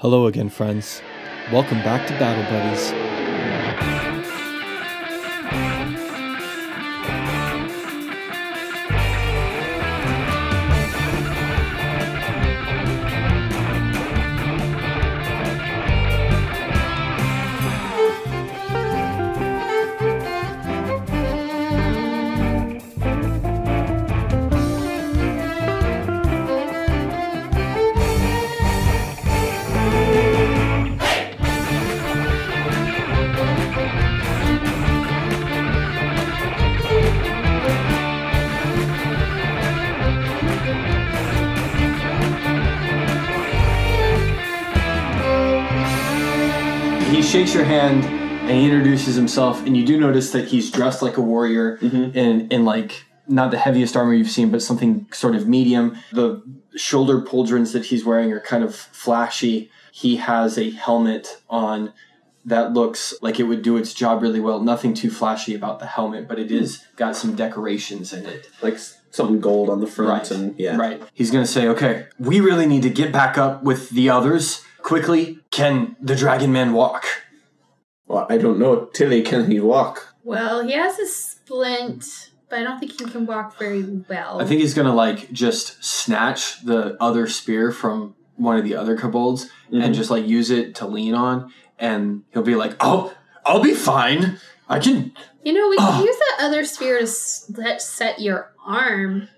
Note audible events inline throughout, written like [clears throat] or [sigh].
Hello again, friends. Welcome back to Battle Buddies. He shakes your hand and he introduces himself, and you do notice that he's dressed like a warrior in, in like not the heaviest armor you've seen, but something sort of medium. The shoulder pauldrons that he's wearing are kind of flashy. He has a helmet on that looks like it would do its job really well. Nothing too flashy about the helmet, but it is got some decorations in it. like s- something gold on the Right. front and yeah Right. He's going to say, okay, we really need to get back up with the others quickly. Can the Dragon Man walk? well i don't know tilly can he walk Well, he has a splint, but I don't think he can walk very well. I think he's gonna like just snatch the other spear from one of the other kobolds and just like use it to lean on, and he'll be like, "Oh, I'll be fine. I can." you know we Ugh. [clears throat] can use that other sphere to s- let set your arm.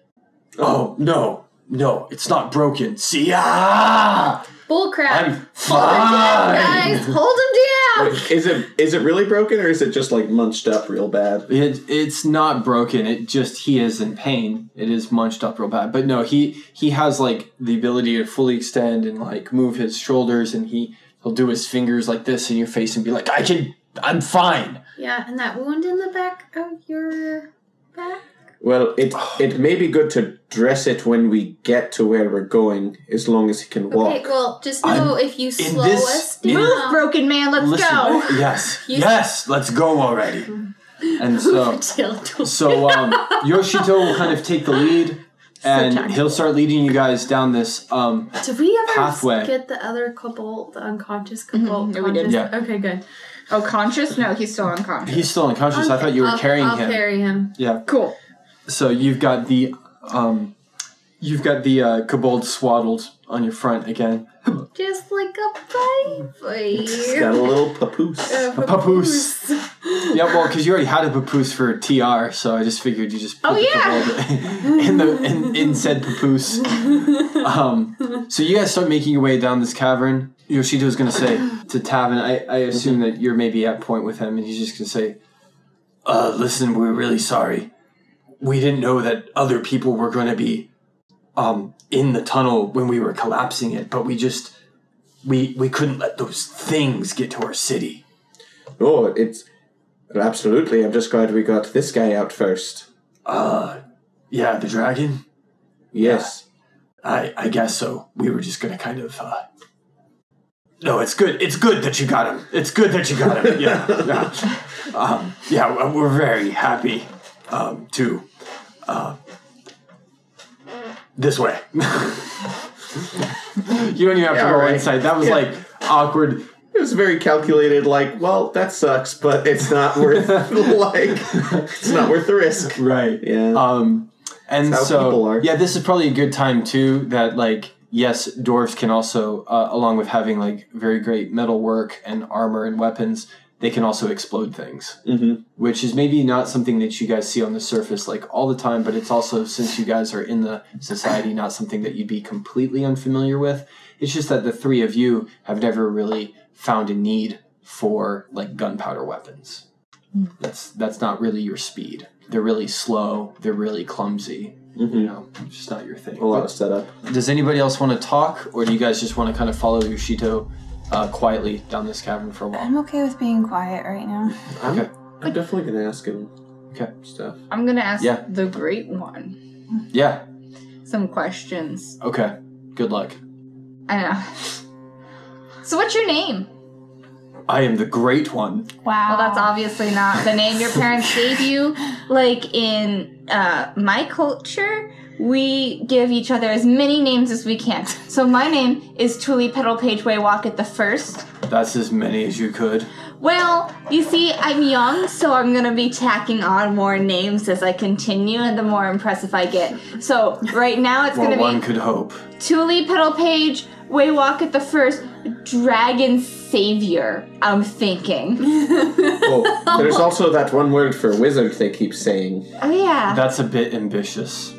Oh no, no, it's not broken. See, ah, Bullcrap! I'm Hold him fine. down, guys! Oh. Hold him down! Wait, is it is it really broken or is it just like munched up real bad It, it's not broken. It just he is in pain. It is munched up real bad. But no, he he has like the ability to fully extend and like move his shoulders, and he he'll do his fingers like this in your face and be like, "I can. I'm fine." Yeah, and that wound in the back of your back? well [sighs] it it may be good to dress it when we get to where we're going as long as he can walk Okay, well, just know if you slow this- in- us down. Move, Um, broken man, let's Listen, go. yes, You- yes, let's go already. And so, Till- so um, Yoshito will kind of take the lead, and tactful. he'll start leading you guys down this. Um, Did we ever Pathway. get the other kobold, the unconscious kobold? Mm-hmm. yeah, we did. conscious? Yeah. Okay, good. Oh, conscious? No, he's still unconscious. he's still unconscious. I thought you were I'll- carrying I'll him. carry him. Yeah. Cool. So you've got the um, you've got the uh, kobold swaddled on your front again. Just like a baby. [laughs] He's got a little papoose [laughs] A papoose. Yeah, well, because you already had a papoose for TR, so I just figured you just put Oh, the yeah. kobold in the in, in said papoose. Um, so you guys start making your way down this cavern. Yoshito's gonna say to Tavin, I, I assume that you're maybe at point with him, and he's just gonna say, "Uh, listen, we're really sorry. We didn't know that other people were gonna be, um, in the tunnel when we were collapsing it, but we just." We, we couldn't let those things get to our city. oh it's absolutely i'm just glad we got this guy out first Yeah, the dragon. yes I, I guess so. We were just gonna kind of. Uh... No, it's good. It's good that you got him. It's good that you got him. Yeah, yeah. Um, yeah. w- We're very happy um, to. Uh, this way. [laughs] you don't even have to Yeah, roll right. inside. That was Yeah. like awkward. it was very calculated like well that sucks but it's not [laughs] worth like it's not worth the risk Right. yeah Um, and That's how people so are. yeah, this is probably a good time too. That like yes, dwarves can also, uh, along with having like very great metal work and armor and weapons, they can also explode things, Mhm. which is maybe not something that you guys see on the surface like all the time. But it's also since you guys are in the society, not something that you'd be completely unfamiliar with. It's just that the three of you have never really found a need for like gunpowder weapons. That's that's not really your speed. They're really slow. They're really clumsy. You know, it's just not your thing. a lot of setup But does anybody else want to talk, or do you guys just want to kind of follow Yoshito uh, quietly down this cavern for a while? I'm okay with being quiet right now. Okay. I'm definitely gonna ask him Okay. stuff. I'm gonna ask Yeah. the great one Yeah. some questions. Okay. Good luck. I know. [laughs] So what's your name? I am the great one. Wow. Well, that's obviously not the name your parents gave you. Like in uh, my culture, we give each other as many names as we can. So my name is Tuli Petal Page Waywocket the First. That's as many as you could. Well, you see, I'm young, so I'm gonna be tacking on more names as I continue, and the more impressive I get. So right now it's Well, gonna one be could hope. Tuli Petal Page Waywocket the First, Dragon Savior. [laughs] I'm thinking. Oh, there's also that one word for wizard they keep saying. Oh yeah. That's a bit ambitious.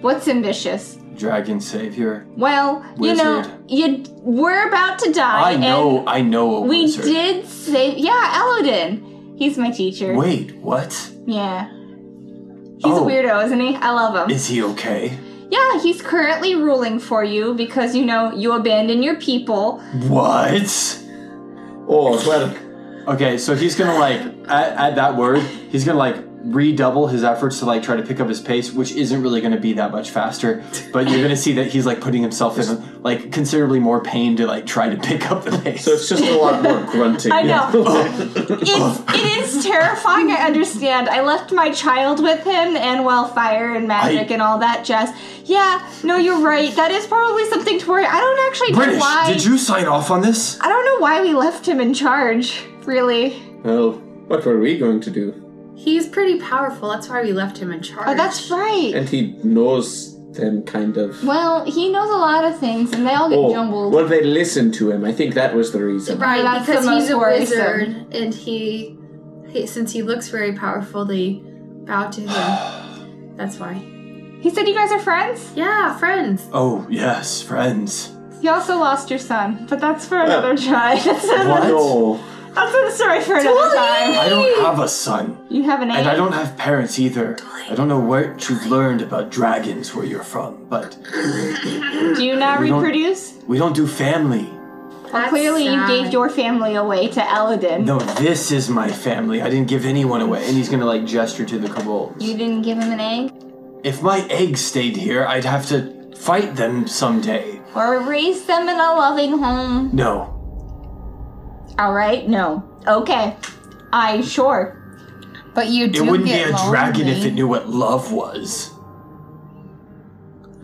What's ambitious? Dragon savior. Well, you know, Wizard. you we're about to die. I know. I know a And we wizard. did save. Yeah, Elodin. He's my teacher. Wait, what? Yeah. He's Oh. a weirdo, isn't he? I love him. Is he okay? yeah, he's currently ruling for you because you know you abandon your people. What? Oh, well, Okay, so he's gonna like at, at that word, he's gonna like redouble his efforts to like try to pick up his pace, which isn't really gonna be that much faster. But you're gonna see that he's like putting himself in like considerably more pain to like try to pick up the pace. so it's just a lot more grunting. I know. [laughs] It's it is terrifying. I understand. I left my child with him, and well, fire and magic I- and all that jazz. Yeah, no, you're right. That is probably something to worry. I don't actually know British, why. did you sign off on this? I don't know why we left him in charge. Really. Well, what were we going to do? He's pretty powerful. That's why we left him in charge. Oh, that's right. And he knows them, kind of. Well, he knows a lot of things, and they all get Oh, jumbled. well, they listened to him. I think that was the reason. right. That's the because most he's a worrisome. wizard, and he, he, since he looks very powerful, they bow to [sighs] him. that's why. He said you guys are friends. Yeah, friends. Oh yes, friends. You also lost your son, but that's for another time. [laughs] That's What? another, No. that's a story for another time. I don't have a son. You have an And I aunt. don't have parents either. I don't know what you've learned about dragons where you're from, but Do you not We don't- reproduce? we don't do family. That's Clearly, sad. you gave your family away to Eladin. No, this is my family. I didn't give anyone away. And he's gonna like gesture to the kobolds. You didn't give him an egg If my eggs stayed here, I'd have to fight them someday. or raise them in a loving home. No. All right, no. Okay, I sure. But you It do wouldn't be get a dragon if lonely. it knew what love was.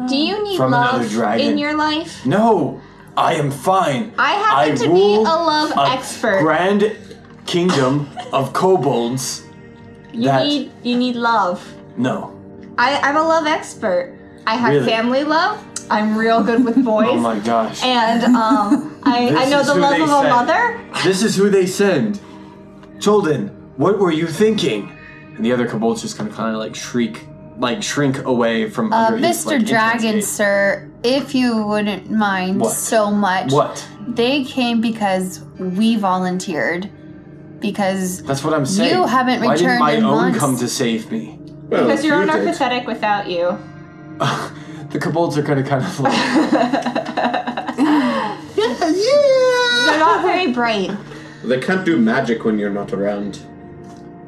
Do you need From another love dragon. in your life? No, I am fine. I happen I to be a rule love a expert. Grand kingdom of kobolds. you that- need you need love. No. I, I'm a love expert. I have Really? family love. I'm real [laughs] good with boys. Oh my gosh. and um, I, I This know is the who love they of a sent. mother. This is who they send. Cholden, what were you thinking? And the other kobolds just kind of kind of like shriek, like shrink away from Uh, under his, Mr. like, intense Dragon, gaze. sir, if you wouldn't mind What? so much. What? They came because we volunteered. Because That's what I'm saying. You haven't Why didn't returned my in own months. come to save me? [laughs] Well, Because your you own are did. pathetic without you. The kobolds are gonna kind of [laughs] like. They're not very bright. They can't do magic when you're not around.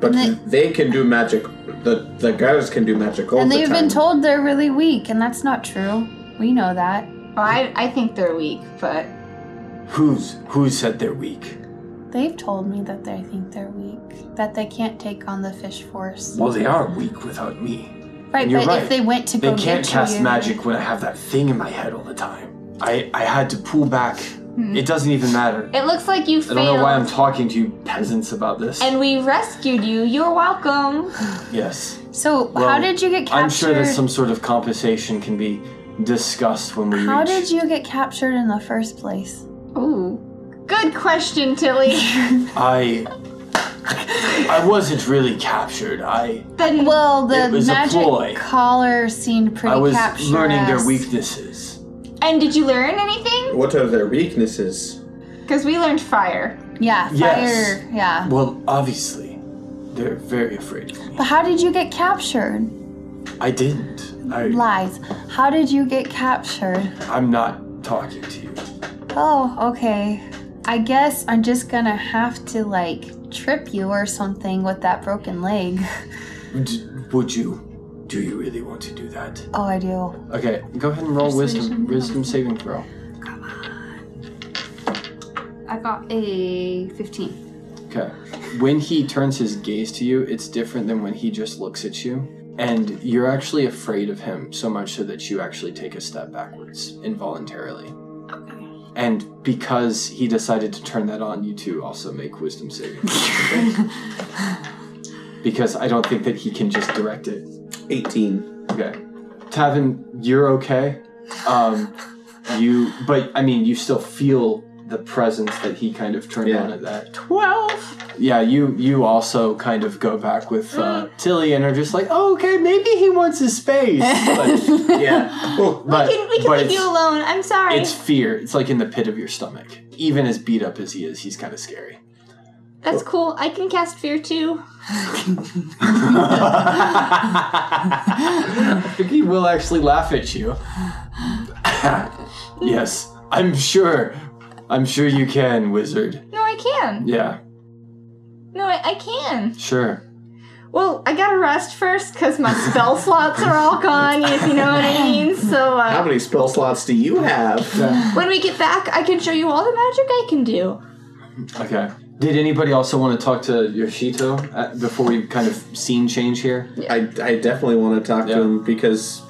But And they, they- can do magic. The the girls can do magic all and the they've time. been told they're really weak, and that's not true. We know that. Well, I, I think they're weak, but who's who said they're weak? They've told me that they think they're weak, that they can't take on the fish force. Well, they are weak without me. Right, and you're but right. if they went to They go can't get cast you, magic when I have that thing in my head all the time. I I had to pull back. Hmm. It doesn't even matter. it looks like you I don't know why I'm failed. talking to you peasants about this. And we rescued you. You're welcome. yes. So Well, how did you get captured? I'm sure that some sort of compensation can be discussed when we How reach. did you get captured in the first place? Ooh. Good question, Tilly. I I wasn't really captured. I then Well, It the was a ploy. magic collar seemed pretty I was capture learning their us. weaknesses. and did you learn anything? What are their weaknesses? Because we learned fire. Yeah, fire. Yes. Yeah. Well, obviously, they're very afraid of me. But how did you get captured? I didn't. I, Lies. How did you get captured? I'm not talking to you. Oh, okay. I guess I'm just gonna have to like trip you or something with that broken leg. [laughs] D- would you? Do you really want to do that? Oh, I do. Okay, go ahead and roll wisdom. Wisdom saving throw. I got a 15. Okay. When he turns his gaze to you, it's different than when he just looks at you. and you're actually afraid of him so much so that you actually take a step backwards involuntarily. Okay. And because he decided to turn that on, you two also make wisdom saving. [laughs] because I don't think that he can just direct it. 18. Okay. Tavin, you're okay. Um, you, but I mean, you still feel the presence that he kind of turned Yeah. on at that. 12. Yeah, you you also kind of go back with uh, Tilly and are just like, oh, okay, maybe he wants his [laughs] space. But, Yeah. Well, but, We can, we can but leave it's- you alone. I'm sorry. It's fear. It's like in the pit of your stomach. Even as beat up as he is, he's kind of scary. That's cool. I can cast fear too. I think he will actually laugh at you. [laughs] [laughs] yes, I'm sure. I'm sure you can, wizard. No, I can. Yeah, No, I, I can. sure. Well, I gotta rest first because my spell [laughs] slots are all gone, if you know what I mean. So how uh, many spell slots do you have? when we get back, I can show you all the magic I can do. Okay. Did anybody also want to talk to Yoshito uh, before we kind of scene change here? I, I definitely want to talk Yeah. to him because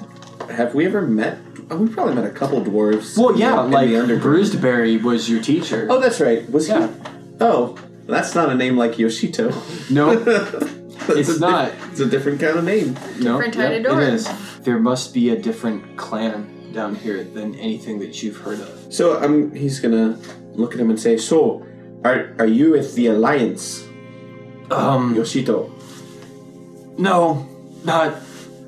have we ever met? Oh, we probably met a couple dwarves. Well, in yeah, the- in like the underground. Bruisedberry was your teacher. Oh, that's right. Was Yeah. he? Oh, that's not a name like Yoshito. [laughs] No, That's a it's di- not. It's a different kind of name. No, yep, Different kind of door. It is. There must be a different clan down here than anything that you've heard of. So um, he's gonna look at him and say, "So, are are you with the alliance, Um, Yoshito?" no, not.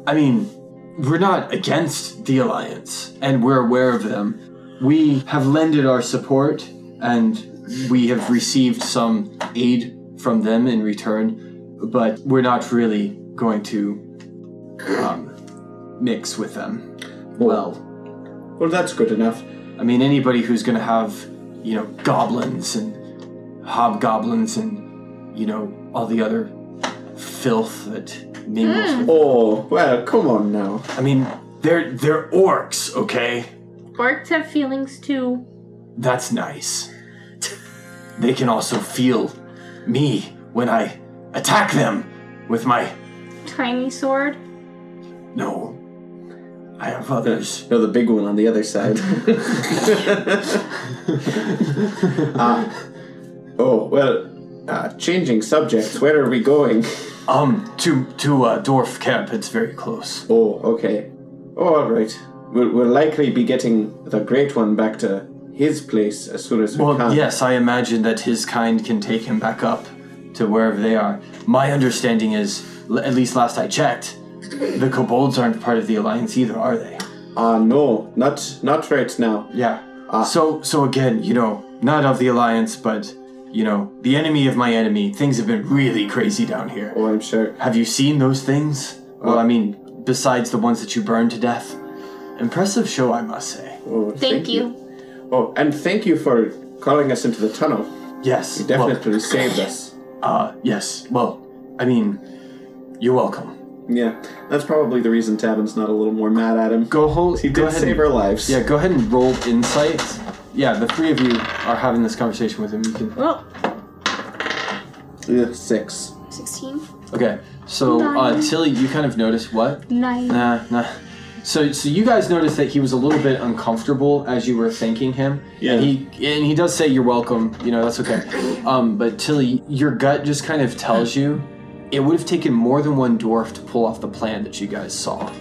I mean, we're not against the alliance, and we're aware of them. We have lended our support, and we have received some aid from them in return, but we're not really going to um, mix with them. Well, Well, that's good enough. I mean, anybody who's going to have, you know, goblins and hobgoblins and, you know, all the other filth that mingles. With. Oh, well, come on now. I mean, they're they're orcs, okay? Orcs have feelings too. That's nice. they can also feel me when I attack them with my Tiny sword. no. I have others. No, the big one on the other [laughs] side. Ah. oh well. Uh, changing subjects. Where are we going? Um, to to uh, dwarf camp. It's very close. Oh, okay. Oh, all right. We'll, we'll likely be getting the great one back to his place as soon as we Well, can. yes, I imagine that his kind can take him back up to wherever they are. My understanding is, l- at least last I checked, the kobolds aren't part of the alliance either, are they? Ah, no, not not right now. Yeah. so, so again, you know, not of the alliance, but you know, the enemy of my enemy. Things have been really crazy down here. Oh, I'm sure. Have you seen those things? Well, I mean, besides the ones that you burned to death. Impressive show, I must say. Oh, Thank, you. Oh, and thank you for calling us into the tunnel. Yes. You well, definitely saved us. uh, yes. Well, I mean, you're welcome. Yeah, that's probably the reason Tavin's not a little more mad at him. Go hold. He go did ahead save and- our lives. Yeah, go ahead and roll insights. Yeah, the three of you are having this conversation with him. You can. Well, Yeah, six. 16. Okay, so uh, Nine. Tilly, you kind of notice what? nice. Nah, nah. So, so you guys noticed that he was a little bit uncomfortable as you were thanking him. Yeah. And he and he does say you're welcome. You know that's okay. Um, but Tilly, your gut just kind of tells you it would have taken more than one dwarf to pull off the plan that you guys saw.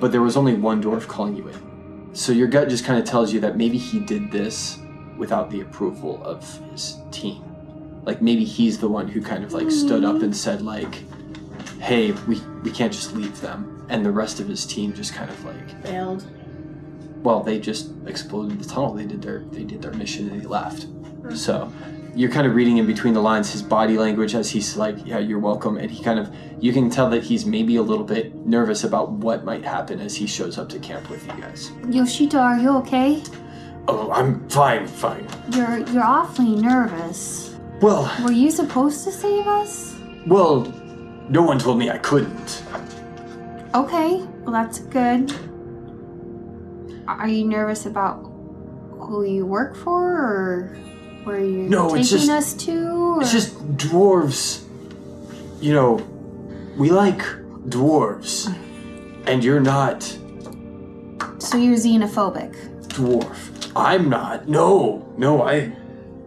But there was only one dwarf calling you in. So your gut just kind of tells you that maybe he did this without the approval of his team. Like maybe he's the one who kind of like stood up and said like, "Hey, we we can't just leave them." And the rest of his team just kind of like Failed. well, they just exploded the tunnel. They did their they did their mission and they left. So you're kind of reading in between the lines his body language as he's like, "Yeah, you're welcome," and he kind of you can tell that he's maybe a little bit nervous about what might happen as he shows up to camp with you guys. Yoshito, are you okay? Oh, I'm fine, fine. You're you're awfully nervous. Well, Were you supposed to save us? well, no one told me I couldn't. Okay, well that's good. Are you nervous about who you work for, or where you're No, taking it's just- us to? Or? It's just dwarves. You know, we like dwarves, and you're not So you're xenophobic. dwarf. I'm not. No, no, I,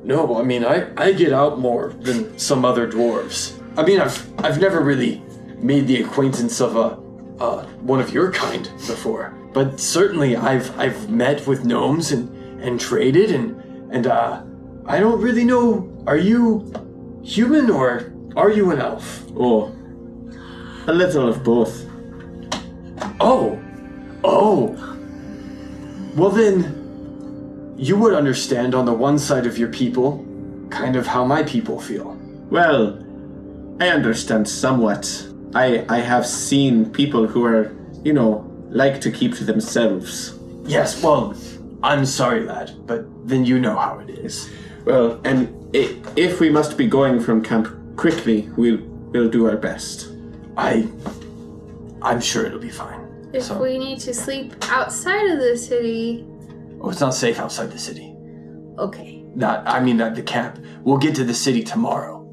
no. I mean, I, I get out more than some other dwarves. I mean, I've, I've never really made the acquaintance of a, uh, one of your kind before. But certainly, I've, I've met with gnomes and, and traded and, and uh, I don't really know. Are you human or are you an elf? Oh, a little of both. Oh, oh. Well, then, you would understand on the one side of your people, kind of how my people feel. Well, I understand somewhat. I I have seen people who are, you know, like to keep to themselves. Yes, well, I'm sorry, lad, but then you know how it is. Well, and i- if we must be going from camp quickly, we'll we'll do our best. I. I'm sure it'll be fine. If So- we need to sleep outside of the city, Oh, it's not safe outside the city. okay. Not, I mean, not the camp. We'll get to the city tomorrow,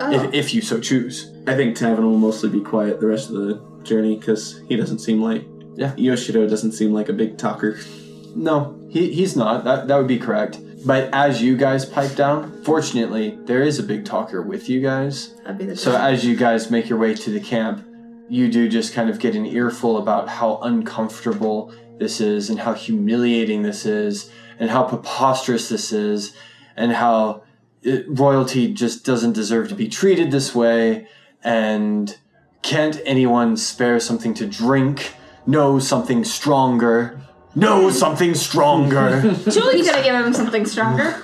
Oh, if, if you so choose. I think Tavin will mostly be quiet the rest of the journey because he doesn't seem like Yeah. Yoshido doesn't seem like a big talker. No, he, he's not. That, that would be correct. But as you guys pipe down, fortunately, there is a big talker with you guys. that'd be the So best. as you guys make your way to the camp, you do just kind of get an earful about how uncomfortable this is and how humiliating this is and how preposterous this is and how uh, royalty just doesn't deserve to be treated this way and can't anyone spare something to drink? No, something stronger. No, something [laughs] stronger. Julie's gonna give him something stronger.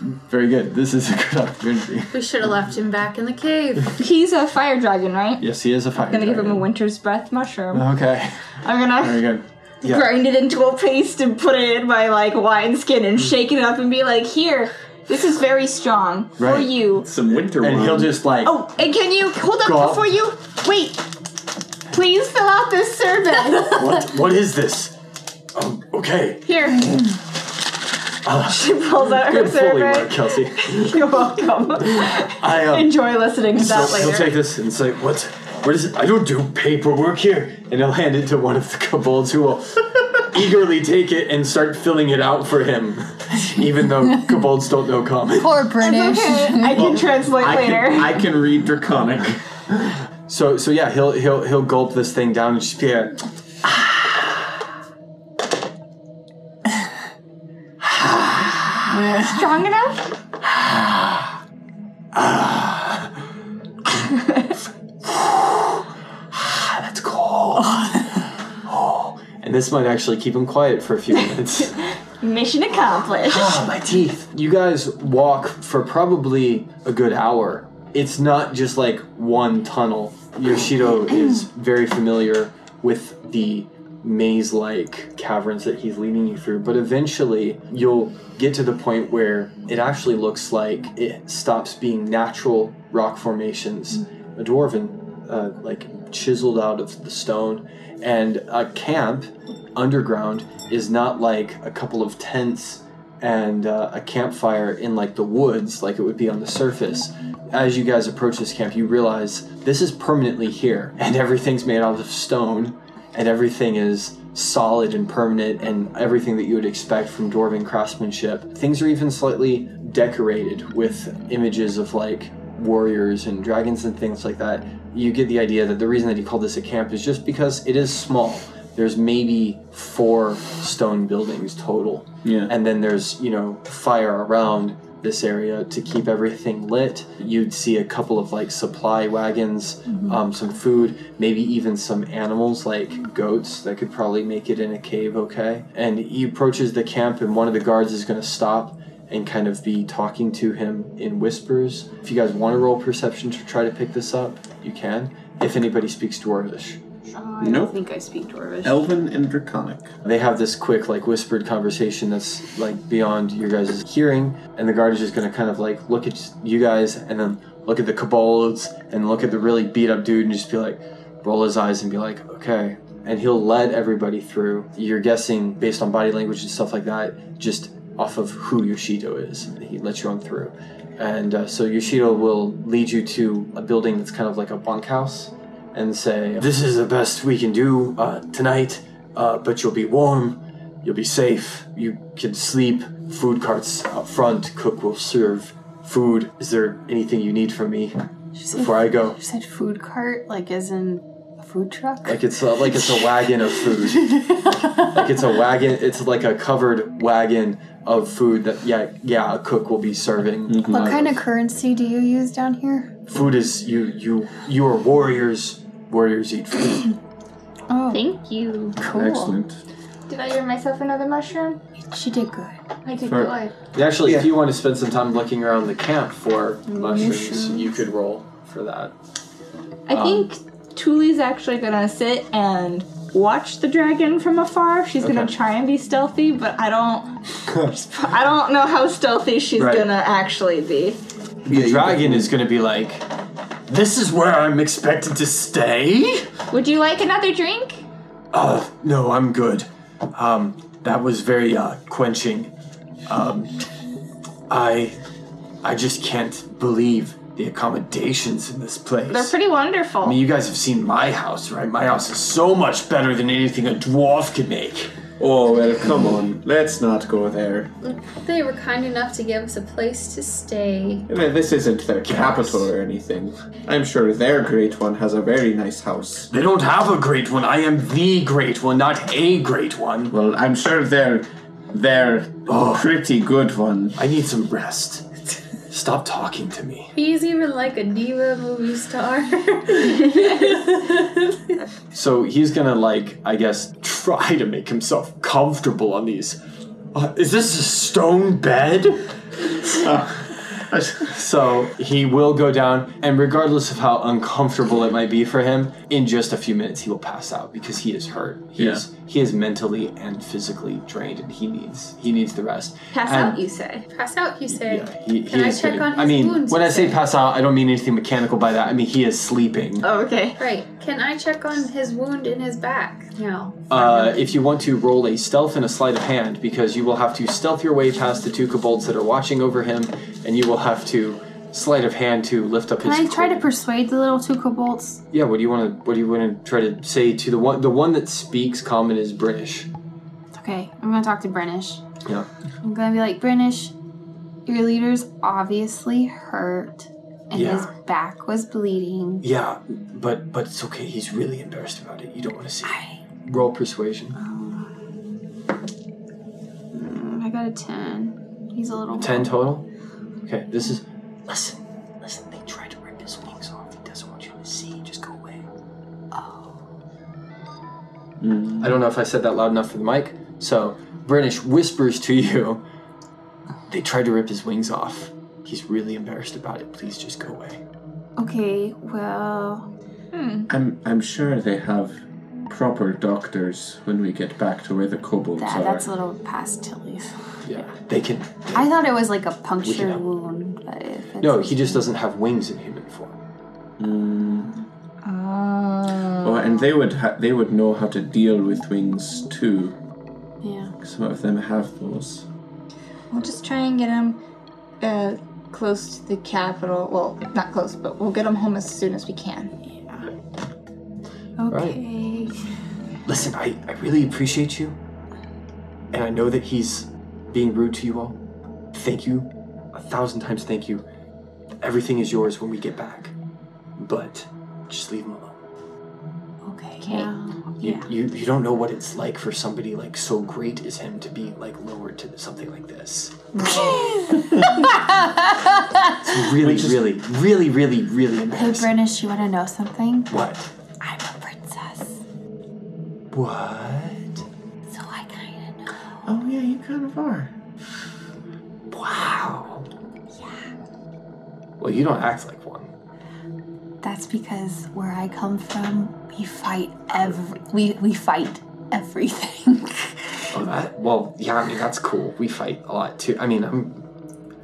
Very good. This is a good opportunity. we should have left him back in the cave. [laughs] He's a fire dragon, right? Yes, he is a fire. I'm gonna give him a dragon. winter's breath mushroom. Okay. I'm gonna Very good. Yeah. grind it into a paste and put it in my like wine skin Mm. and shake it up and be like, here, this is very strong for Right. you. Some winter And wine. he'll just like Oh, and can you hold up God. before you wait? Please fill out this survey. [laughs] What? What is this? Um, okay. Uh, Here. [laughs] she pulls out her Good Foley survey. work, Kelsey. [laughs] You're welcome. [laughs] I um, Enjoy listening to that so He'll take later. this and say, "What? What is it? I don't do paperwork here." And he'll hand it to one of the kobolds who [laughs] will eagerly take it and start filling it out for him, even [laughs] though kobolds don't know common. Or British. [laughs] I can translate I later. can, I can read Draconic. So, so yeah, he'll he'll he'll gulp this thing down and just be like, [sighs] Strong enough? "Ah, [sighs] "That's cold." [sighs] oh, and this might actually keep him quiet for a few [laughs] minutes. Mission accomplished. Ah, my teeth. You guys walk for probably a good hour. It's not just like one tunnel. Yoshido is very familiar with the maze like caverns that he's leading you through, but eventually you'll get to the point where it actually looks like it stops being natural rock formations. A dwarven, uh, like chiseled out of the stone, and a camp underground is not like a couple of tents and uh, a campfire in like the woods, like it would be on the surface. As you guys approach this camp, you realize this is permanently here, [laughs] and everything's made out of stone, and everything is solid and permanent, and everything that you would expect from dwarven craftsmanship. Things are even slightly decorated with images of like warriors and dragons and things like that. You get the idea that the reason that he called this a camp is just because it is small. There's maybe four stone buildings total Yeah. and then there's you know fire around this area to keep everything lit you'd see a couple of like supply wagons um, some food maybe even some animals like goats that could probably make it in a cave okay and he approaches the camp and one of the guards is going to stop and kind of be talking to him in whispers if you guys want to roll perception to try to pick this up you can if anybody speaks dwarvish I Nope. think I speak Dwarvish. Elven and Draconic. they have this quick like whispered conversation that's like beyond your guys' hearing and the guard is just gonna kind of like look at you guys and then look at the kobolds and look at the really beat up dude and just be like roll his eyes and be like okay and he'll let everybody through you're guessing based on body language and stuff like that just off of who yoshido is he lets you on through and uh, so yoshido will lead you to a building that's kind of like a bunkhouse and say, This is the best we can do uh, tonight, uh, but you'll be warm, you'll be safe, you can sleep. Food carts out front, cook will serve food. Is there anything you need from me before I go? You said food cart, like as in a food truck? Like it's a, like it's a wagon of [laughs] food. like it's a wagon. It's like a covered wagon of food that yeah yeah a cook will be serving. Mm-hmm. what Uh, kind of currency do you use down here? food is you you you are warriors. Warriors eat food. [clears throat] Oh, Thank you. cool. Excellent. Did I earn myself another mushroom? She did good. I did For- good. Actually, if you want to spend some time looking around the camp for mushrooms, Mushrooms. you could roll for that. I think Tuli's actually gonna sit and watch the dragon from afar. She's gonna Okay. try and be stealthy, but [laughs] I don't. I don't know how stealthy she's Right. gonna actually be. The dragon is going to be like, "This is where I'm expected to stay." Would you like another drink? Uh, no, I'm good. Um, that was very uh, quenching. Um, I, I just can't believe the accommodations in this place. They're pretty wonderful. I mean, you guys have seen my house, right? My house is so much better than anything a dwarf could make. Oh well, come on. Let's not go there. They were kind enough to give us a place to stay. I mean, This isn't their capital or anything. I'm sure their great one has a very nice house. They don't have a great one. I am the great one, not a great one. Well, I'm sure their their Oh. pretty good one. I need some rest. Stop talking to me. He's even like a diva movie star. [laughs] So he's gonna like, I guess, try to make himself comfortable on these. Uh, is this a stone bed? So he will go down, and regardless of how uncomfortable it might be for him, in just a few minutes he will pass out because he is hurt. He Yeah. is he is mentally and physically drained, and he needs he needs the rest. Pass And- out, you say. Pass out, you say. Yeah, he, Can he I is check getting- on his I mean, wounds, when I you say say? pass out, I don't mean anything mechanical by that. I mean he is sleeping. Oh, okay. Right. Can I check on his wound in his back? No. Uh, if you want to roll a stealth and a sleight of hand, because you will have to stealth your way past the two kobolds that are watching over him, and you will have to sleight of hand to lift up Can his. I try to cloak. persuade the little two kobolds? yeah. What do you want to? What do you want to try to say to the one? The one that speaks common is British. Okay, I'm gonna talk to Brennish. Yeah. I'm gonna be like, Brennish, your leader's obviously hurt, and his Yeah. back was bleeding. Yeah, but but it's okay. He's really embarrassed about it. You don't want to see. I, Uh, Roll persuasion. mm, I got a 10. He's a little. Ten total. Okay. This is. Listen, listen. They tried to rip his wings off. He doesn't want you to see. Just go away. Mm. I don't know if I said that loud enough for the mic. So, British whispers to you, they tried to rip his wings off. He's really embarrassed about it. Please just go away. Okay, well. Hmm. I'm I'm sure they have proper doctors when we get back to where the kobolds That, are. that's a little past Tilly's. Yeah. They can. I thought it was like a We punctured can- wound, but if it's. No, he just doesn't have wings in human form. Mm. Oh. Oh, and they would ha- they would know how to deal with wings too. Yeah. Some of them have those. We'll just try and get him uh, close to the capital. Well, not close, but we'll get him home as soon as we can. Okay. Listen, I, I really appreciate you. And I know that he's being rude to you all. Thank you. A thousand times thank you. Everything is yours when we get back. But just leave him alone. Okay. Okay. Yeah. You, Yeah. you you don't know what it's like for somebody like so great as him to be like lowered to something like [laughs] this. It's really, really, really, really, really Hey, embarrassing. Brennish, you wanna know something? what? I'm a princess, What? so I kinda know. Oh yeah, you kind of are. Wow. Yeah. Well, you don't act like one. That's because where I come from, we fight every we we fight everything. [laughs] Oh, that. Well, yeah. I mean, that's cool. We fight a lot too. I mean, I'm.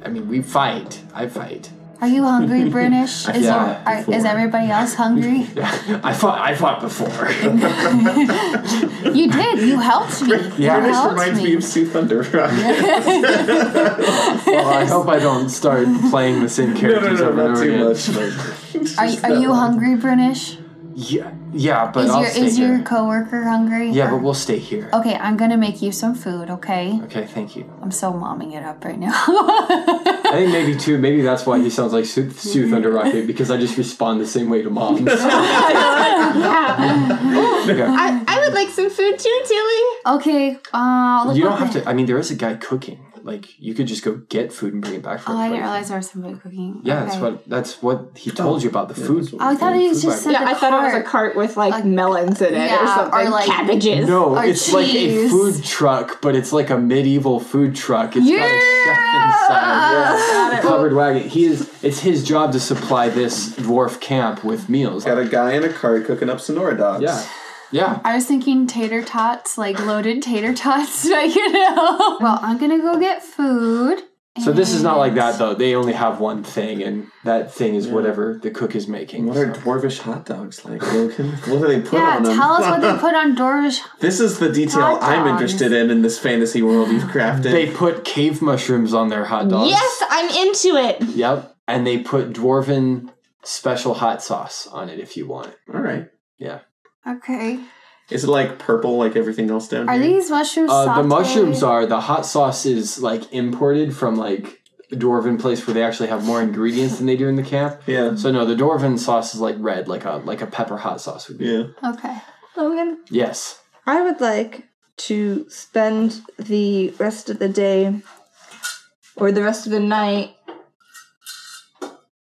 I mean, we fight. I fight. [laughs] Are you hungry, British? Is Yeah, are, is before. everybody else hungry? Yeah. I fought. I fought [laughs] before. you did. You helped me. Yeah. you British helped me. Sue Thunder Rock. [laughs] well, I hope I don't start playing the same [laughs] no, no, characters no, over and not over too again. [laughs] much. Are, are you hungry, British? Yeah, yeah, but is I'll your stay is here. your coworker hungry? yeah, Or- but we'll stay here. Oh. Okay, I'm gonna make you some food. Okay, Okay, thank you. I'm so momming it up right [laughs] now. I think maybe too. Maybe that's why he sounds like Sue, Sue Thunder Rocket because I just respond the same way to [laughs] moms. [laughs] yeah. Okay. I, I would like some food too, Tilly. [laughs] okay, uh, look You don't what have the- to. I mean, there is a guy cooking. Like you could just go get food and bring it back for. Oh, I didn't everybody. realize there was somebody cooking. Yeah, okay. Oh, that's what that's what he told you about the food. that's what- I thought the he was food just bag. said- Yeah, I thought it was a cart with like Like- melons in it or Yeah, or, something. like- cabbages. No, Or it's like a cheese. food truck, but it's like a medieval food truck. It's got a chef Got inside. it. Covered wagon. He is. It's his job to supply this dwarf camp with meals. Got a guy in a cart cooking up Sonora dogs. Yeah, yeah. I was thinking tater tots, like loaded tater tots, [laughs] like you know. Well, I'm gonna go get food. So this is not like and- that though. They only have one thing, and that thing is whatever the cook is making. What are so. dwarvish hot dogs like, Logan? What do they put Yeah, on them? tell us what [laughs] they put on Dorvish. [laughs] This is the detail Hot I'm dogs. interested in in this fantasy world [laughs] you've crafted. They put cave mushrooms on their hot dogs. Yes, I'm into it. Yep. And they put dwarven special hot sauce on it if you want it. All right. Yeah. Okay. Is it like purple like everything else down Are here? these mushrooms? Uh, the sauteed? mushrooms are the hot sauce is like imported from like a dwarven place where they actually have more ingredients than they do in the camp. Yeah. So no, the dwarven sauce is like red, like a like a pepper hot sauce would be. Yeah. Okay. Logan, Yes. I would like to spend the rest of the day or the rest of the night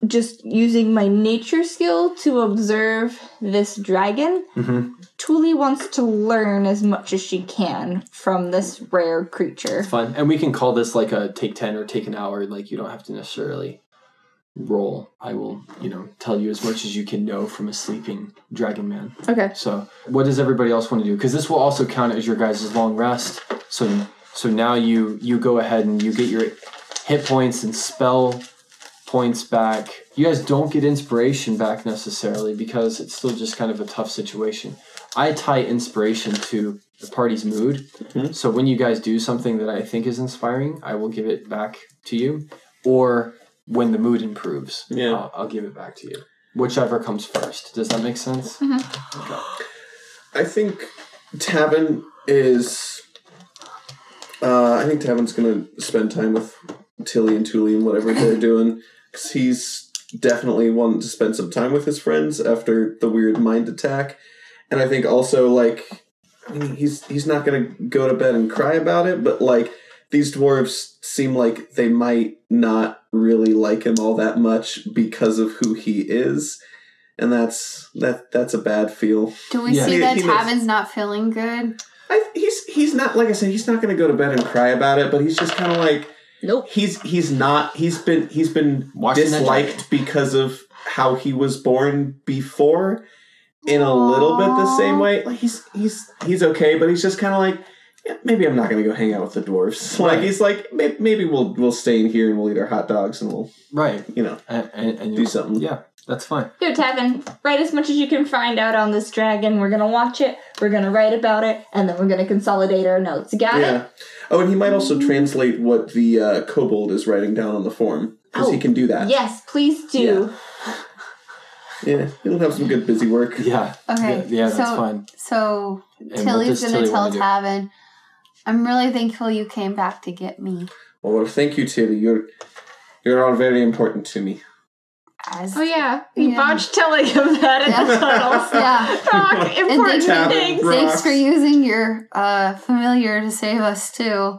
just using my nature skill to observe this dragon. Mhm. Tuli wants to learn as much as she can from this rare creature. Fun. And we can call this like a take ten or take an hour. Like you don't have to necessarily roll. I will, you know, tell you as much as you can know from a sleeping dragon man. Okay. So, what does everybody else want to do? Because this will also count as your guys' long rest. So, so now you you go ahead and you get your hit points and spell points back. You guys don't get inspiration back necessarily because it's still just kind of a tough situation. I tie inspiration to the party's mood. So when you guys do something that I think is inspiring, I will give it back to you. Or when the mood improves, Yeah. I'll, I'll give it back to you. Whichever comes first. Does that make sense? I think Tavin is. Uh, I think Tavin's gonna spend time with Tilly and Tuli and whatever they're doing because he's definitely wanting to spend some time with his friends after the weird mind attack, and I think also like I mean, he's he's not gonna go to bed and cry about it, but like these dwarves seem like they might not really like him all that much because of who he is, and that's that that's a bad feel. Do we Yeah. see He- that he knows. Tavin's not feeling good? I, he's he's not like I said. He's not going to go to bed and cry about it, but he's just kind of like Nope. he's he's not. He's been he's been Watching that disliked because of how he was born before, in a little bit the same way. Like he's he's he's okay, but he's just kind of like yeah, maybe I'm not going to go hang out with the dwarves. [laughs] Like he's like may- maybe we'll we'll stay in here and we'll eat our hot dogs and we'll Right. you know And, and, and do you- something. Yeah, that's fine. Here, Tavin, write as much as you can find out on this dragon. We're gonna watch it, we're gonna write about it, and then we're gonna consolidate our notes. Got it? Yeah. Oh, and he might also translate what the uh, kobold is writing down on the form because he Oh, can do that. Yes, please do. Yeah, he'll have some good busy work. Yeah. Okay. Yeah, yeah, so, that's fine. So what Tilly's does gonna Tilly tell wanna do? Tavin, "I'm really thankful you came back to get me." Well, well, thank you, Tilly. You're you're all very important to me. As Oh yeah, you Yeah. botched telling him that in the Yeah. tunnels. yeah. Rock, important And they- things. Rock. Thanks for using your uh, familiar to save us too.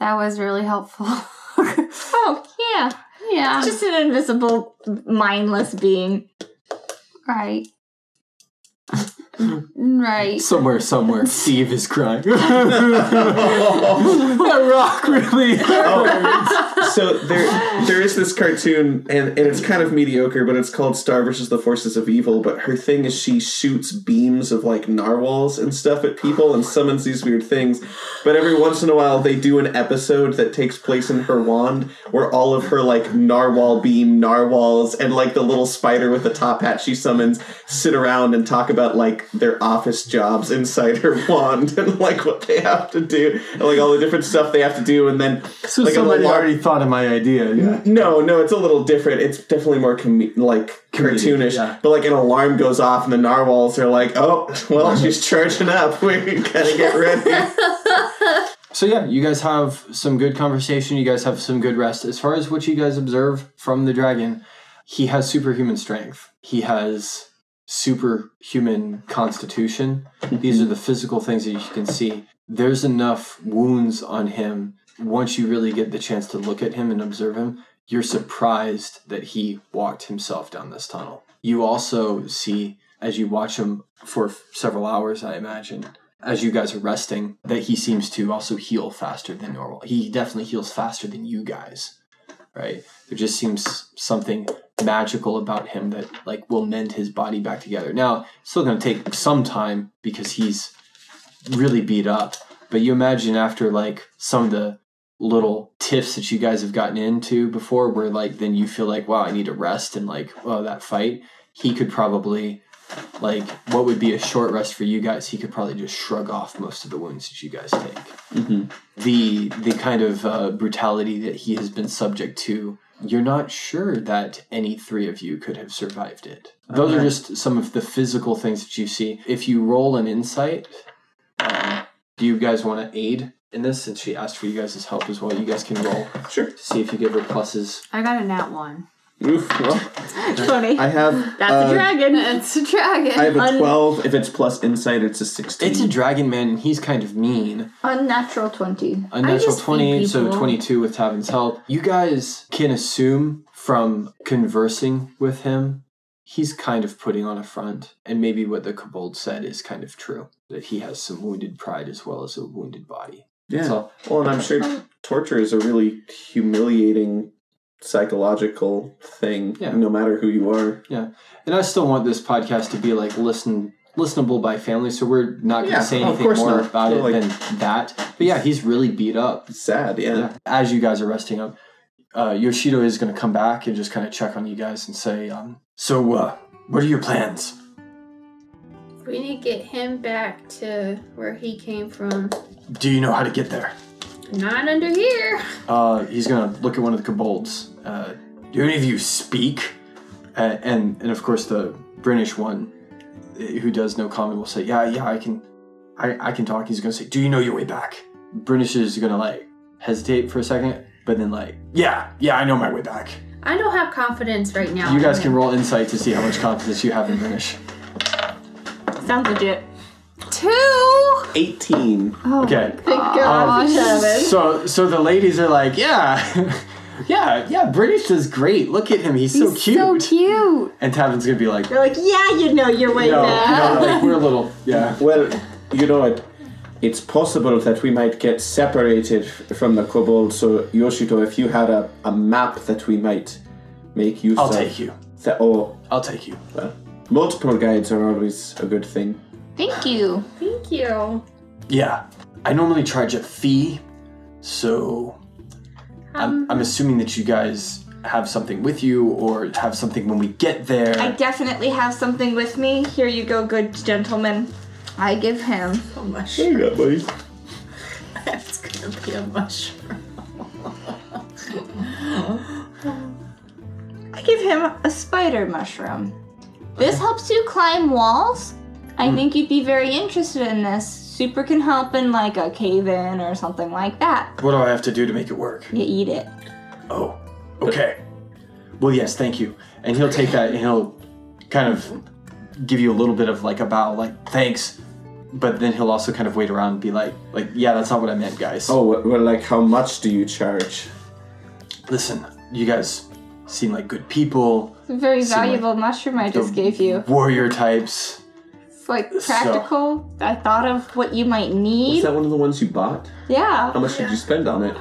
That was really helpful. [laughs] Oh yeah, yeah. just an invisible, mindless being. right. right. Somewhere, [laughs] somewhere, Steve is crying. [laughs] that rock really [laughs] so there there is this cartoon and, and it's kind of mediocre, but it's called Star versus the Forces of Evil, but her thing is she shoots beams of like narwhals and stuff at people and summons these weird things. But every once in a while they do an episode that takes place in her wand where all of her like narwhal beam narwhals and like the little spider with the top hat she summons sit around and talk about like their office jobs inside her wand [laughs] and like what they have to do and like all the different stuff they have to do and then So like somebody lar- already thought of my idea. Yeah. no, no, it's a little different. It's definitely more com- like Comedic, cartoonish. yeah. But like an alarm goes off and the narwhals are like, "Oh, [laughs] well, she's charging up. [laughs] We gotta get ready." So yeah, you guys have some good conversation. You guys have some good rest. As far as what you guys observe from the dragon, he has superhuman strength. He has superhuman constitution. These are the physical things that you can see. There's enough wounds on him. Once you really get the chance to look at him and observe him, you're surprised that he walked himself down this tunnel. You also see, as you watch him for several hours, I imagine, as you guys are resting that he seems to also heal faster than normal. He definitely heals faster than you guys, right? There just seems something magical about him that like will mend his body back together. Now, it's still going to take some time because he's really beat up, but you imagine after like some of the little tiffs that you guys have gotten into before where like then you feel like wow, I need to rest and like oh, that fight, he could probably like what would be a short rest for you guys he could probably just shrug off most of the wounds that you guys take the the kind of uh, brutality that he has been subject to you're not sure that any three of you could have survived it those are just some of the physical things that you see if you roll an insight um, do you guys want to aid in this since she asked for you guys' help as well you guys can roll sure. to see if you give her pluses I got a nat one. [laughs] Oof. Well, Tony. I have. That's uh, a dragon. It's a dragon. I have a Un- twelve. If it's plus insight, it's a sixteen. it's a dragon man and he's kind of mean Unnatural 20. A natural just think 20, so people- 22 with Tavin's help. You guys can assume from conversing with him, he's kind of putting on a front. And maybe what the kobold said is kind of true that he has some wounded pride as well as a wounded body. yeah. That's all. Well, and I'm sure torture is a really humiliating psychological thing. Yeah. No matter who you are. And I still want this podcast to be like listen listenable by family, so we're not going to Yeah, say of anything more course not. about We're it like- than that. But yeah, he's really beat up. It's sad. Yeah. Yeah. As you guys are resting up, uh, Yoshido is going to come back and just kind of check on you guys and say, um, "So, uh, what are your plans?" we need to get him back to where he came from. Do you know how to get there? Not under here. Uh, he's gonna look at one of the kobolds. Uh, do any of you speak? Uh, and and of course the British one, uh, who does no common, will say, yeah, yeah, I can, I, I can talk. He's gonna say, do you know your way back? British is gonna like hesitate for a second, but then like, yeah, yeah, I know my way back. I don't have confidence right now. You guys can roll insight to see how much confidence you have in British. Sounds legit. Two. Oh, Eighteen. Okay. Oh, Thank God for Tavin. So so the ladies are like, yeah. [laughs] Yeah, yeah, British does great. Look at him. He's, so he's cute. So cute. And Tavin's gonna be like, They're like, yeah, you know your way No, no, back. like we're a little, yeah. Well, you know it. It's possible that we might get separated f- from the kobold. So Yoshito, if you had a, a map that we might make use I'll of, take you. Th- oh, I'll take you. well, multiple guides are always a good thing. Thank you. Thank you. Yeah, I normally charge a fee, so I'm, I'm assuming that you guys have something with you or have something when we get there. I definitely have something with me. Here you go, good gentleman. I give him. A mushroom. I got money. [laughs] That's gonna be a mushroom. [laughs] I give him a spider mushroom. This helps you climb walls. I think you'd be very interested in this. Super can help in like a cave in or something like that. what do I have to do to make it work? You eat it. Oh, okay. Well, yes, thank you. And he'll take that and he'll kind of give you a little bit of like a bow, like thanks. But then he'll also kind of wait around and be like, like, yeah, that's not what I meant, guys. Oh, well, well, like how much do you charge? Listen, you guys seem like good people. It's a very Seem like valuable mushroom I just the gave you. Warrior types. It's like practical. I thought of what you might Is need. that one of the ones you bought? How Yeah, much did you spend on it?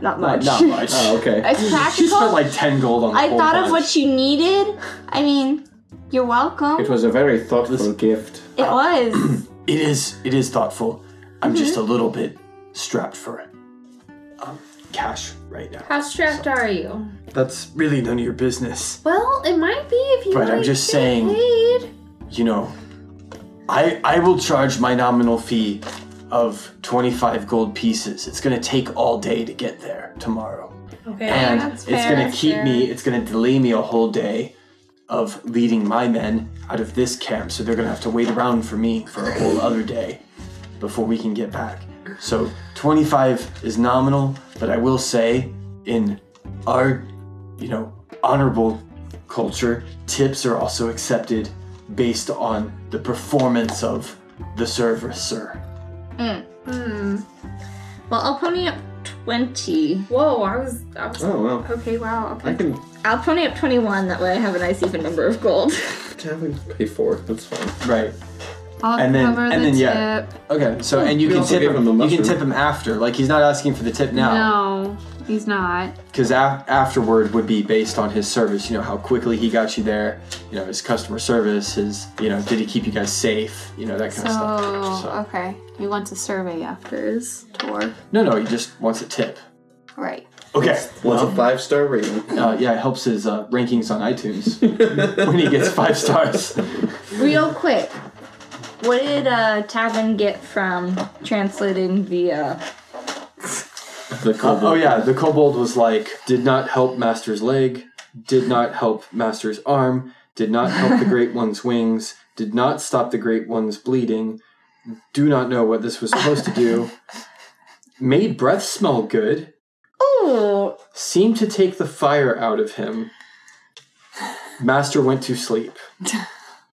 not Not, much. Uh, [laughs] not much. Oh, okay. it's She spent practical. like 10 gold on the I whole thought bunch. of what you needed. I mean, you're welcome. It was a very thoughtful gift. [clears throat] It was. It is, it is thoughtful. I'm Mm-hmm. just a little bit strapped for it. Um, cash right now. How strapped are you? That's really none of your business. Well, it might be if you. But I'm like just get saying- Paid. You know, I I will charge my nominal fee of 25 gold pieces. It's going to take all day to get there tomorrow. Okay. and that's it's going fair, to keep fair. me it's going to delay me a whole day of leading my men out of this camp so they're going to have to wait around for me for a whole other day before we can get back so 25 is nominal but i will say in our you know honorable culture tips are also accepted based on the performance of the server sir Well, I'll pony up 20. Whoa, I was, I was. Oh wow. Okay, wow. I Okay. can I'll pony up 21, that way I have a nice even number of gold. Tavin can pay for it. That's fine. right I'll And then- cover and then, the tip. yeah. okay so and you We can also tip gave him, him the you can mushroom. tip him after like he's not asking for the tip now No, he's not. because af- afterward would be based on his service. You know how quickly he got you there. You know his customer service. His you know did he keep you guys safe? You know that kind So, of stuff. So okay. He wants a survey after his tour. no, no, he just wants a tip. Right. Okay. Well, it's a five star rating. Uh, yeah, it helps his uh, rankings on iTunes [laughs] when he gets five stars. [laughs] Real quick, what did uh, Tavin get from translating the. Uh, The Uh, oh yeah, the kobold was like did not help master's leg, did not help master's arm, did not help the great one's wings, did not stop the great one's bleeding. Do not know what this was supposed to do. Made breath smell good. oh, Seemed to take the fire out of him. Master went to sleep.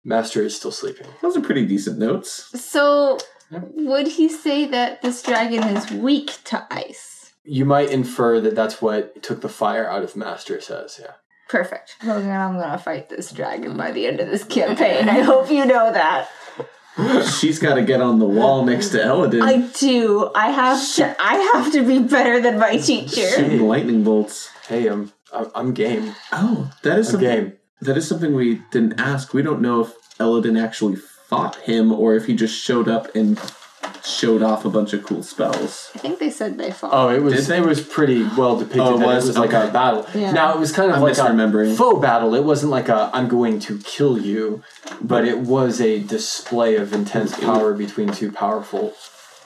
Master is still sleeping. Those are pretty decent notes. so Yep. would he say that this dragon is weak to ice? You might infer that that's what took the fire out of Master says. Yeah. Perfect. Logan, I'm gonna fight this dragon by the end of this campaign. I hope you know that. She's got to get on the wall next to Eladin. [laughs] I do. I have to. I have to be better than my teacher. Shooting [laughs] lightning bolts. Hey, I'm I'm I'm game. Oh, that is I'm something. game. That is something we didn't ask. We don't know if Eladin actually fought him or if he just showed up and showed off a bunch of cool spells. I think they said they fought. Oh, it was Did it was pretty well depicted. Oh, it that was? it was like Okay. a battle. Yeah. Now it was kind of I'm like a misremembering. faux battle. It wasn't like a I'm going to kill you, but it was a display of intense power between two powerful.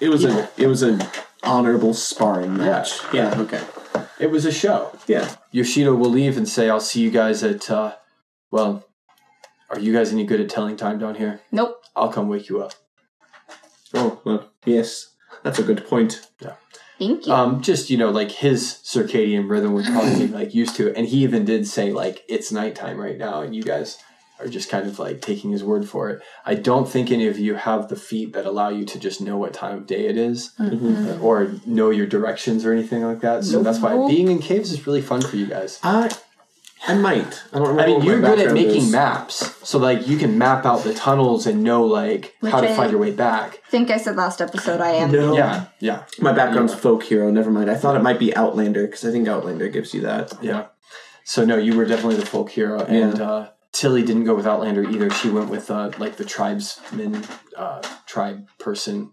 It was a it was an honorable sparring match. Yeah. Okay. It was a show. Yeah. Yoshida will leave and say, "I'll see you guys at." Uh, well, are you guys any good at telling time down here? Nope. I'll come wake you up. Oh well. Yes. That's a good point. Thank you. Um, just you know, like his circadian rhythm would probably be like used to, it. and he even did say like it's nighttime right now, and you guys are just kind of like taking his word for it. I don't think any of you have the feet that allow you to just know what time of day it is, or know your directions or anything like that. So that's why being in caves is really fun for you guys. I I might. I don't remember. I mean, what my you're good at background making is. maps, so like you can map out the tunnels and know like how Which to find I- your way back. I think I said last episode I am. No. Yeah, yeah, My background's folk hero. Never mind. I thought it might be Outlander because I think Outlander gives you that. Yeah. So no, you were definitely the folk hero, and uh, Tilly didn't go with Outlander either. She went with uh, like the tribesman, uh, tribe person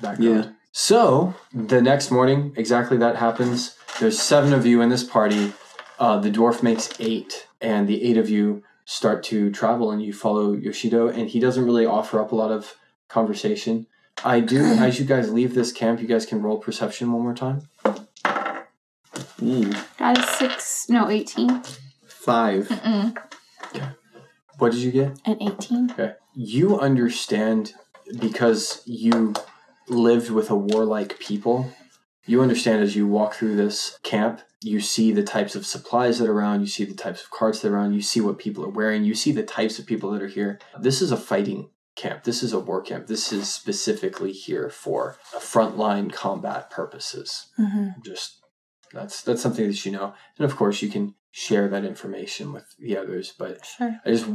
background. Yeah. So the next morning, exactly that happens. There's seven of you in this party. Uh, the dwarf makes eight, and the eight of you start to travel, and you follow Yoshido, and he doesn't really offer up a lot of conversation. I do, as you guys leave this camp, you guys can roll perception one more time. Mm, That is six, no, 18. five. What did you get? And 18. Okay. You understand because you lived with a warlike people. You understand as you walk through this camp, you see the types of supplies that are around, you see the types of carts that are around, you see what people are wearing, you see the types of people that are here. This is a fighting camp. This is a war camp. This is specifically here for frontline combat purposes. Just that's that's something that you know. And of course, you can share that information with the others, but Sure. I just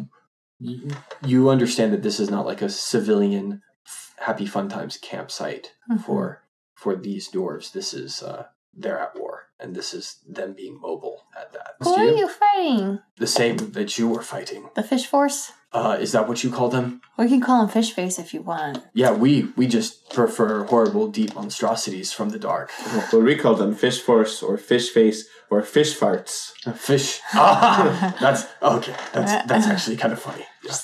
you, you understand that this is not like a civilian f- happy fun times campsite Mm-hmm. for for these dwarves. This is uh, they're at war, and this is them being mobile at that. Who are you fighting? The same that you were fighting. The fish force? Uh, is that what you call them? We can call him fish face if you want. Yeah, we we just prefer horrible, deep monstrosities from the dark. Well, we call them fish force or fish face or fish farts. [laughs] Fish. Ah, that's okay. That's that's actually kind of funny. Yeah.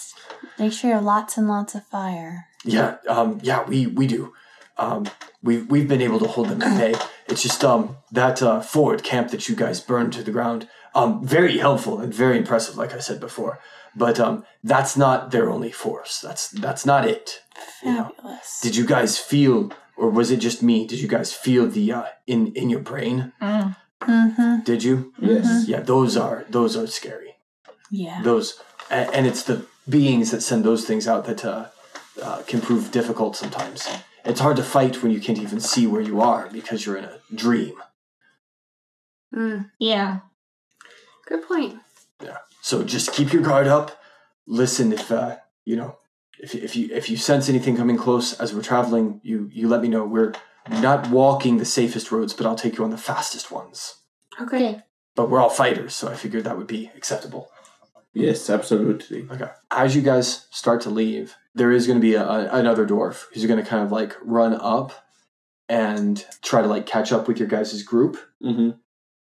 Make sure lots and lots of fire. Yeah, um, yeah, we we do. Um, we've we've been able to hold them at bay. It's just um that uh, forward camp that you guys burned to the ground. Um, very helpful and very impressive, like I said before. But um, that's not their only force. That's that's not it. you know? Fabulous. Did you guys feel, or was it just me? Did you guys feel the uh, in in your brain? Mm-hmm. Did you? Yes. Yeah, those are those are scary. Yeah. Those and, and it's the beings that send those things out that uh, uh, can prove difficult sometimes. It's hard to fight when you can't even see where you are because you're in a dream. Mm, Yeah. good point. So just keep your guard up. Listen if uh, you know if, if you if you sense anything coming close as we're traveling, you you let me know. We're not walking the safest roads, but I'll take you on the fastest ones. Okay. But we're all fighters, so I figured that would be acceptable. Yes, absolutely. Okay. As you guys start to leave, there is going to be a, a- another dwarf who's going to kind of like run up and try to like catch up with your guys' group. Mm-hmm.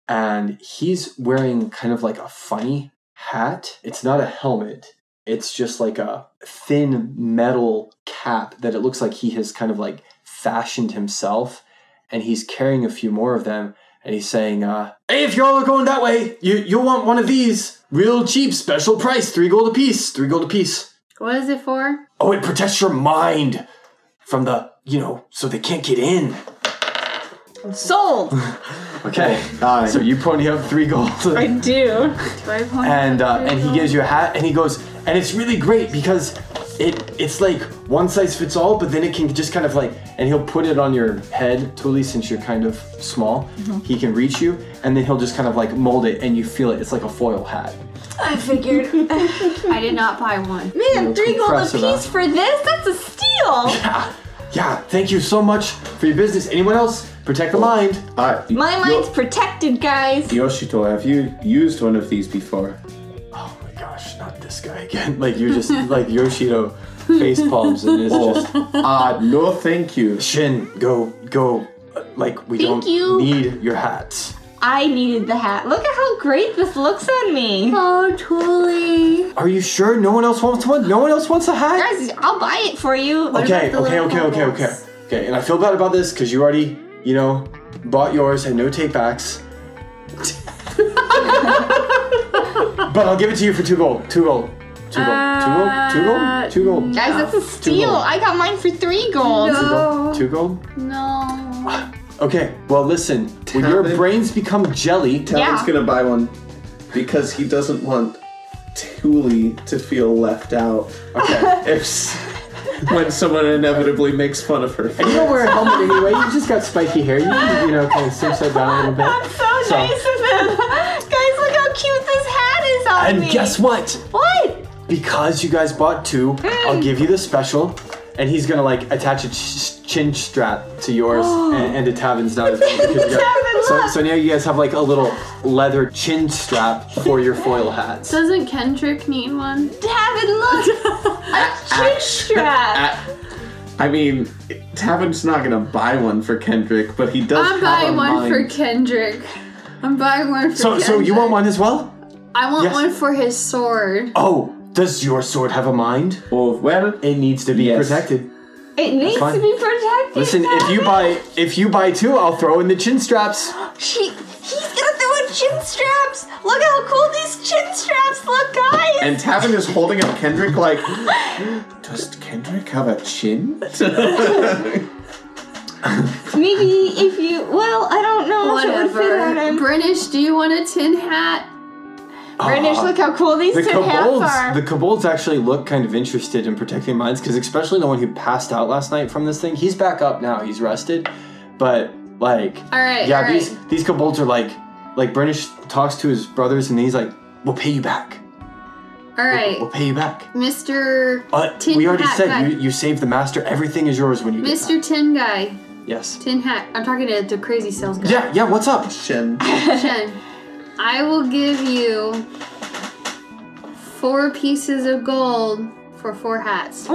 and he's wearing kind of like a funny hat. It's not a helmet. It's just like a thin metal cap that it looks like he has kind of like fashioned himself, and he's carrying a few more of them. And he's saying, uh, "Hey, if y'all are going that way, you you'll want one of these, real cheap, special price, three gold apiece, three gold apiece. What is it for? Oh, it protects your mind from the you know, so they can't get in." [laughs] Sold. Okay, Aye. [laughs] so you pony up three gold. I do. Do I point and uh, and he gives you a hat and he goes and it's really great because it it's like one size fits all but then it can just kind of like and he'll put it on your head Tuli since you're kind of small Mm-hmm. he can reach you and then he'll just kind of like mold it and you feel it it's like a foil hat I figured. I did not buy one. [laughs] Man, three gold compress it apiece up. for this? That's a steal! yeah yeah thank you so much for your business anyone else protect the mind Aye. My mind's protected, guys. Yo- Yoshito, have you used one of these before? oh my gosh not this guy again [laughs] like you're [laughs] just like Yoshito face palms and it's just Ah, no, thank you. Shin go go Uh, like we Thank don't you. need your hats I needed the hat. Look at how great this looks on me. Oh, Tuli. Are you sure no one else wants one? No one else wants a hat? Guys, I'll buy it for you. Okay, about the okay, little okay, okay, okay. bubbles? Okay, and I feel bad about this because you already, you know, bought yours and no take backs. [laughs] but I'll give it to you for two gold. Two gold. Two gold. two gold. Uh, Two gold. Two gold. Guys, that's a steal. gold. I got mine for three gold. Two gold. Two gold. No. Okay. Well, listen. When your Tavin. brains become jelly, Talon's Yeah. gonna buy one because he doesn't want Thule to feel left out. okay. [laughs] If s- when someone inevitably makes fun of her. you don't wear a helmet anyway. You just got spiky hair. You, can, you know, kind of simp that down a little [laughs] bit. So, So- nice of him. [laughs] Guys, look how cute this hat is on And me. guess what? what? because you guys bought two, Hmm. I'll give you the special. And he's gonna like attach a ch- ch- chin strap to [gasps] yours and, and to Tavin's now [laughs] as well. because you got- so, so now you guys have like a little leather chin strap for your foil hats. Doesn't Kendrick need [laughs] one? [laughs] Davin, look. a chin strap. I mean, Tavin's not gonna buy one for Kendrick, but he does. have I'm a buying one for mind. Oh, Kendrick. I'm buying one for So, Kendrick. so you want one as well? I want Yes. one for his sword. Oh, does your sword have a mind? Oh well, It needs to be Yes. protected. It needs fine. to be protected. Listen, if you Davin. buy if you buy two, I'll throw in the chin straps. She, he's gonna throw in chin straps. Look how cool these chin straps look, guys. and Tavin is holding up Kendrick like. Does Kendrick have a chin? Maybe if you, well, I don't know if it would fit on Whatever. [laughs] him. British, do you want a tin hat? British, look how cool these The tin hats kobolds, are. the kobolds actually look kind of interested in protecting mines because, especially the one who passed out last night from this thing, he's back up now. He's rested, but like, All right. yeah, all right. these these kobolds are like, like British talks to his brothers and he's like, "We'll pay you back. all right, We'll pay you back." Mr. Uh, Tin we already hat guy. said you, you saved the master. Everything is yours when you get Mr. Tin guy, back. Yes. Tin hat. I'm talking to the crazy sales guy. Yeah, yeah. What's up? Chin. Chen, I will give you four pieces of gold for four hats. Mm.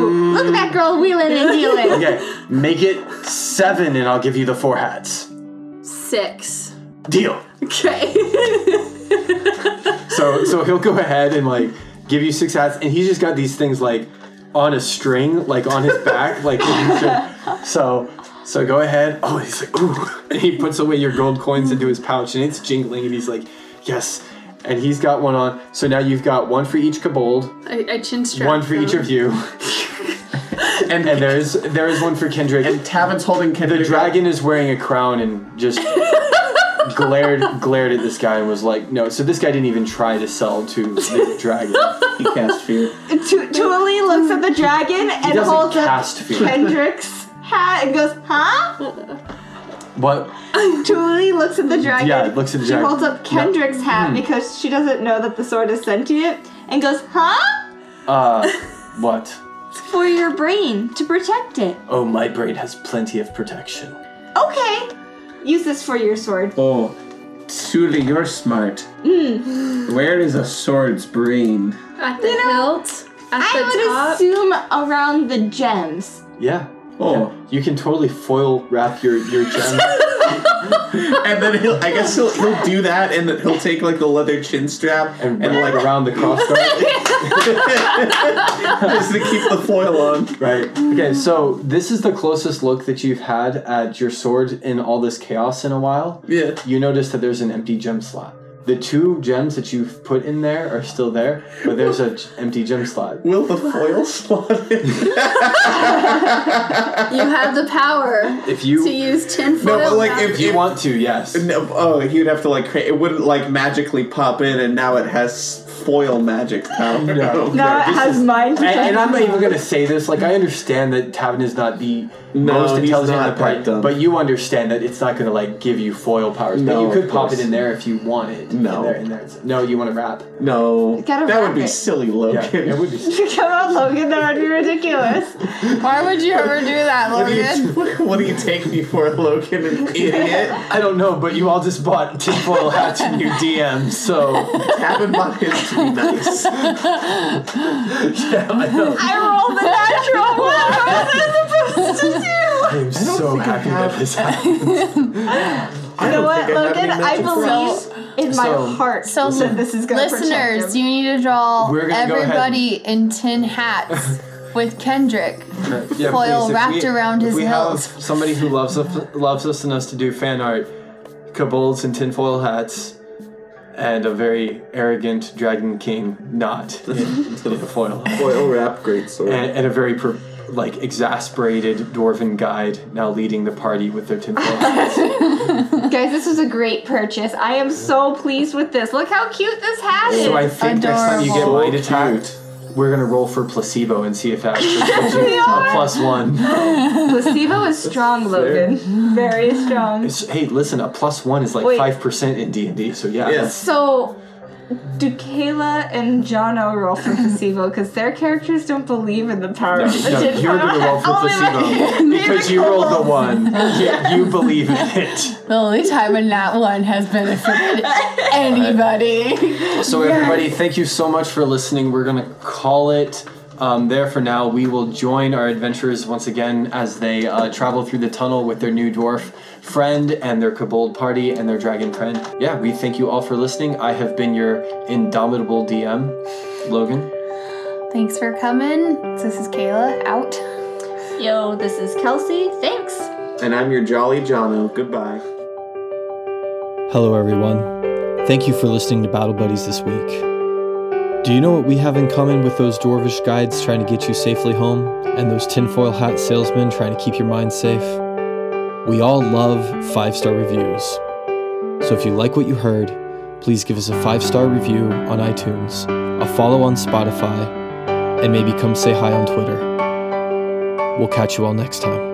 Ooh, look at that girl wheeling [laughs] and dealing. Okay, make it seven, and I'll give you the four hats. Six. Deal. Okay. So so he'll go ahead and like give you six hats, and he's just got these things like on a string, like on his back, like so. So go ahead. Oh, he's like, ooh, and he puts away your gold coins into his pouch, and it's jingling, and he's like, yes. And he's got one on. So now you've got one for each kobold, I, I chin strap. one for each of [laughs] you, And, and there's there is one for Kendrick. and [laughs] Tavin's holding Kendrick. The dragon is wearing a crown and just glared glared at this guy and was like, "No." So this guy didn't even try to sell to the dragon. He cast fear. Tu- Tuli looks at the dragon He and doesn't holds cast up fear. Kendrick's hat and goes, huh? What? Tuli looks at the dragon. Yeah, looks at the she dragon. Mm-hmm. holds up Kendrick's hat because she doesn't know that the sword is sentient and goes, huh? Uh, what? It's for your brain to protect it. Oh, my brain has plenty of protection. Okay. Use this for your sword. Oh, Tuli, you're smart. Mm. Where is a sword's brain? At the hilt. At I the would top. assume around the gems. Yeah. Oh, You can totally foil wrap your your gem. and then he'll. I guess he'll he'll do that, and then he'll take like the leather chin strap And, and, like like around the crossbow, [laughs] just to keep the foil on. right? Okay, so this is the closest look that you've had at your sword in all this chaos in a while. Yeah. you notice that there's an empty gem slot. The two gems that you've put in there are still there, but there's an empty gem slot. Will [laughs] the foil slot in? You have the [laughs] power If you to use tinfoil. No, but like wrap. if if you want to, yes. No, oh, you'd have to like create. It wouldn't like magically pop in, and now it has foil magic [laughs] power. No. Now this it has is- mind And, and protection. I'm not [laughs] even gonna say this. Like I understand that Tavin is not the No, most he's intelligent not of the party, that dumb. but you understand that it's not gonna like give you foil powers. No, but you could of pop it course. in there if you wanted. No. in there, in there. It's- No, you want to wrap? No, gotta that wrap would be it. silly, Yeah, Logan. it would be. Come on, Logan, that would be ridiculous. Why would you ever do [laughs] that, What do, you, [laughs] Logan? what do you take me for, Logan, [laughs] an idiot? I don't know, but you all just bought tinfoil hats in your DM, [laughs] so Tavin bought his to be nice. yeah, I know. I rolled the natural one. [laughs] What was I supposed to do? I'm so happy that this [laughs] happened. I don't You know think I have what, any Logan? I magic believe in my So- heart So, that this is going to listeners, you need to draw We're gonna go ahead everybody in tin hats with Kendrick. yeah, Foil if wrapped we- around if his we hilt. have somebody who loves us, loves us and us to do fan art, kobolds and tinfoil hats, and a very arrogant dragon king [laughs] not in, in the foil, hat. Foil wrap, great sword. and, and a very per, like exasperated dwarven guide now leading the party with their tinfoil [laughs] hats. Guys, this was a great purchase. I am so pleased with this. Look how cute this hat is. So I think next time you get Adorable. light attacked. We're gonna roll for placebo and see if [laughs] that actually gives you a plus one. Placebo is strong, Logan. Very strong. It's- hey, listen, a plus one is like Wait. five percent in D and D. So yeah, Yeah. that's- So, do Kayla and Jono roll for placebo? Because their characters don't believe in the power of the No, tinfoil you're [laughs] gonna roll for Oh, they're like- placebo because you rolled the one. Yeah, you believe in it. The only time when that one has [laughs] benefited anybody. So everybody, thank you so much for listening. We're gonna call it um, there for now. We will join our adventurers once again as they uh, travel through the tunnel with their new dwarf friend and their kobold party and their dragon friend. Yeah, we thank you all for listening. I have been your indomitable DM, Logan. Thanks for coming. This is Kayla out. Yo, this is Kelsey. Thanks. and I'm your jolly Jono. Goodbye. Hello, everyone. Thank you for listening to Battle Buddies this week. Do you know what we have in common with those dwarvish guides trying to get you safely home and those tinfoil hat salesmen trying to keep your mind safe? We all love five star reviews. So if you like what you heard, please give us a five star review on iTunes, a follow on Spotify, and maybe come say hi on Twitter. We'll catch you all next time.